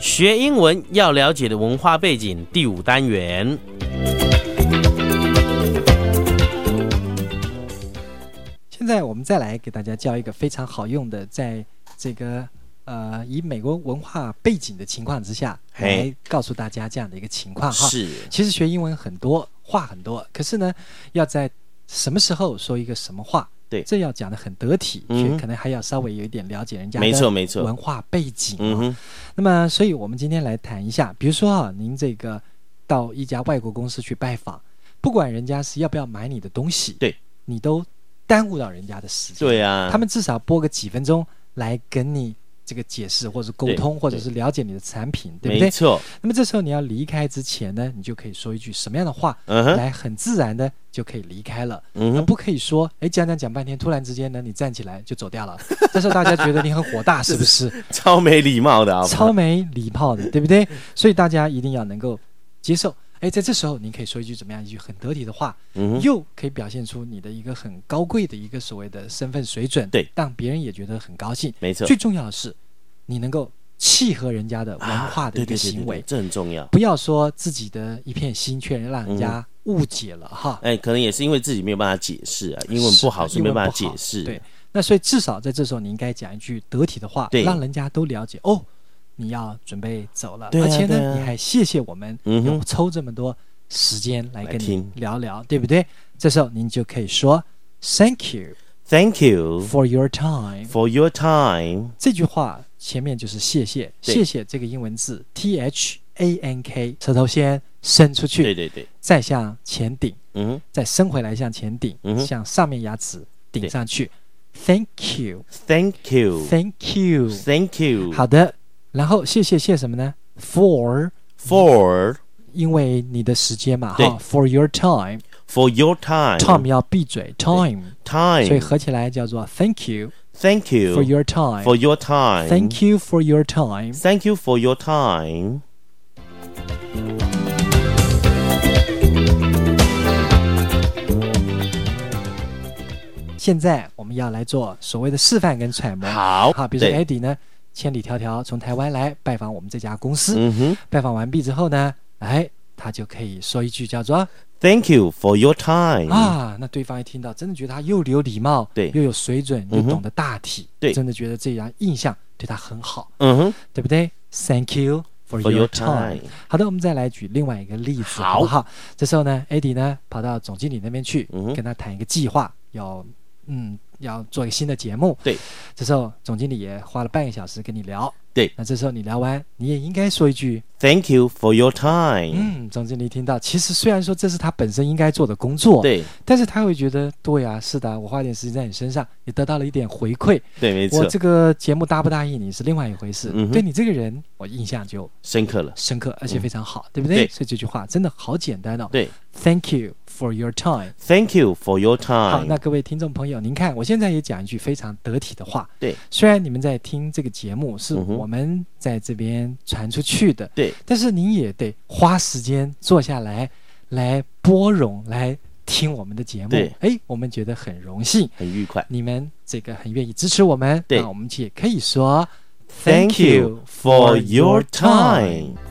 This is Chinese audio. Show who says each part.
Speaker 1: 学英文要了解的文化背景第五单元。
Speaker 2: 现在我们再来给大家教一个非常好用的，在这个呃以美国文化背景的情况之下，
Speaker 1: 嘿
Speaker 2: 来告诉大家这样的一个情况啊哈。
Speaker 1: 是，
Speaker 2: 其实学英文很多话很多，可是呢，要在什么时候说一个什么话，
Speaker 1: 对
Speaker 2: 这要讲的很得体，
Speaker 1: 嗯
Speaker 2: 学可能还要稍微有一点了解人家的
Speaker 1: 没错没错
Speaker 2: 文化背景、啊。
Speaker 1: 嗯哼，
Speaker 2: 那么，所以我们今天来谈一下，比如说啊，您这个到一家外国公司去拜访，不管人家是要不要买你的东西，
Speaker 1: 对，
Speaker 2: 你都耽误到人家的时间，、
Speaker 1: 对啊，
Speaker 2: 他们至少拨个几分钟来跟你这个解释，或者是沟
Speaker 1: 对
Speaker 2: 通，或者
Speaker 1: 对
Speaker 2: 是了解你的产品，对不
Speaker 1: 没
Speaker 2: 对？
Speaker 1: 错，
Speaker 2: 那么这时候你要离开之前呢，你就可以说一句什么样的话，
Speaker 1: 嗯哼，
Speaker 2: 来很自然的就可以离开了。
Speaker 1: 嗯
Speaker 2: 那
Speaker 1: 哼，
Speaker 2: 不可以说，哎，讲讲讲半天，突然之间呢，你站起来就走掉了，这时候大家觉得你很火 大，是不是？
Speaker 1: 超没礼貌的，好不好
Speaker 2: 超没礼貌的，对不对？所以大家一定要能够接受。哎，在这时候，你可以说一句怎么样一句很得体的话，
Speaker 1: 嗯哼，
Speaker 2: 又可以表现出你的一个很高贵的一个所谓的身份水准，
Speaker 1: 对
Speaker 2: 让别人也觉得很高兴。
Speaker 1: 没错，
Speaker 2: 最重要的是，你能够契合人家的文化
Speaker 1: 啊
Speaker 2: 的
Speaker 1: 对
Speaker 2: 一
Speaker 1: 对对对
Speaker 2: 个行为
Speaker 1: 对，这很重要。
Speaker 2: 不要说自己的一片心却让
Speaker 1: 嗯
Speaker 2: 人家误解了哈。
Speaker 1: 哎，可能也是因为自己没有办法解释啊，英文
Speaker 2: 是
Speaker 1: 不好是
Speaker 2: 英
Speaker 1: 没
Speaker 2: 文
Speaker 1: 办法
Speaker 2: 不
Speaker 1: 解
Speaker 2: 好
Speaker 1: 释。
Speaker 2: 对，那所以至少在这时候，你应该讲一句得体的话，
Speaker 1: 对
Speaker 2: 让人家都了解哦，你要准备走了，
Speaker 1: 对啊
Speaker 2: 而且呢，
Speaker 1: 对啊
Speaker 2: 你还谢谢我们
Speaker 1: 嗯哼
Speaker 2: 有抽这么多时间来跟
Speaker 1: 来
Speaker 2: 你
Speaker 1: 听
Speaker 2: 聊聊，对不对？这时候您就可以说 Thank you
Speaker 1: Thank you
Speaker 2: for your time。
Speaker 1: for your time。
Speaker 2: 这句话前面就是谢谢，
Speaker 1: 对
Speaker 2: 谢谢这个英文字 T H A N K，舌头先伸出去，
Speaker 1: 对对对，
Speaker 2: 再向前顶，
Speaker 1: 嗯哼
Speaker 2: 再伸回来向前顶，
Speaker 1: 嗯哼
Speaker 2: 向上面牙齿顶
Speaker 1: 对
Speaker 2: 上去。Thank you。
Speaker 1: ，Thank you，Thank
Speaker 2: Thank you。
Speaker 1: you。
Speaker 2: 好的，然后谢谢谢什么呢？For，
Speaker 1: ，for
Speaker 2: 因为你的时间嘛，
Speaker 1: 对嗯
Speaker 2: 哈，For your time。
Speaker 1: for your time。
Speaker 2: Tom 要闭嘴，time，所以
Speaker 1: time。
Speaker 2: 合起来叫做 Thank you
Speaker 1: Thank you
Speaker 2: for your time。
Speaker 1: for your time。
Speaker 2: Thank you for your time。
Speaker 1: Thank you for your time。
Speaker 2: 现在我们要来做所谓的示范跟揣摩。
Speaker 1: 好，
Speaker 2: 好，比如说
Speaker 1: 对
Speaker 2: Eddie 呢，千里迢迢从台湾来拜访我们这家公司，
Speaker 1: 嗯哼
Speaker 2: 拜访完毕之后呢，哎，他就可以说一句叫做
Speaker 1: ，Thank you for your time。
Speaker 2: 啊，那对方一听到，真的觉得他又有礼貌，
Speaker 1: 对
Speaker 2: 又有水准，又
Speaker 1: 嗯哼
Speaker 2: 懂得大体，
Speaker 1: 对
Speaker 2: 真的觉得这样印象对他很好，
Speaker 1: 嗯哼
Speaker 2: 对不对？Thank you for
Speaker 1: Mm-hmm. ，for
Speaker 2: your
Speaker 1: your
Speaker 2: time。
Speaker 1: time。
Speaker 2: 好的，我们再来举另外一个例子，
Speaker 1: 好
Speaker 2: 好不好？这时候呢，Eddie 呢跑到总经理那边去，
Speaker 1: 嗯哼
Speaker 2: 跟他谈一个计划，要嗯要做一个新的节目。
Speaker 1: 对，
Speaker 2: 这时候总经理也花了半个小时跟你聊。
Speaker 1: 对
Speaker 2: 那这时候你聊完，你也应该说一句，
Speaker 1: Thank you for your time。
Speaker 2: 嗯，总经理听到，其实虽然说这是他本身应该做的工作，
Speaker 1: 对
Speaker 2: 但是他会觉得，对呀、是的，我花点时间在你身上，也得到了一点回馈。
Speaker 1: 对，没错
Speaker 2: 我，这个节目答不答应你是另外一回事，
Speaker 1: 嗯哼
Speaker 2: 对你这个人，我印象就
Speaker 1: 深刻了。
Speaker 2: 深刻，而且
Speaker 1: 嗯
Speaker 2: 非常好，对不对？
Speaker 1: 对
Speaker 2: 所以这句话真的好简单哦。
Speaker 1: 对
Speaker 2: Thank you for your time。
Speaker 1: ，Thank you for your
Speaker 2: 好，那
Speaker 1: time。
Speaker 2: 各位听众朋友，您看，我现在也讲一句非常得体的话。
Speaker 1: 对，
Speaker 2: 虽然你们在听这个节目，是
Speaker 1: 嗯哼
Speaker 2: 我们在这边传出去的，
Speaker 1: 对，
Speaker 2: 但是您也得花时间坐下来，来包容，来听我们的节目
Speaker 1: 对。
Speaker 2: 哎，我们觉得很荣幸，
Speaker 1: 很愉快。
Speaker 2: 你们这个很愿意支持我们，
Speaker 1: 对
Speaker 2: 那我们也可以说
Speaker 1: Thank you for your time。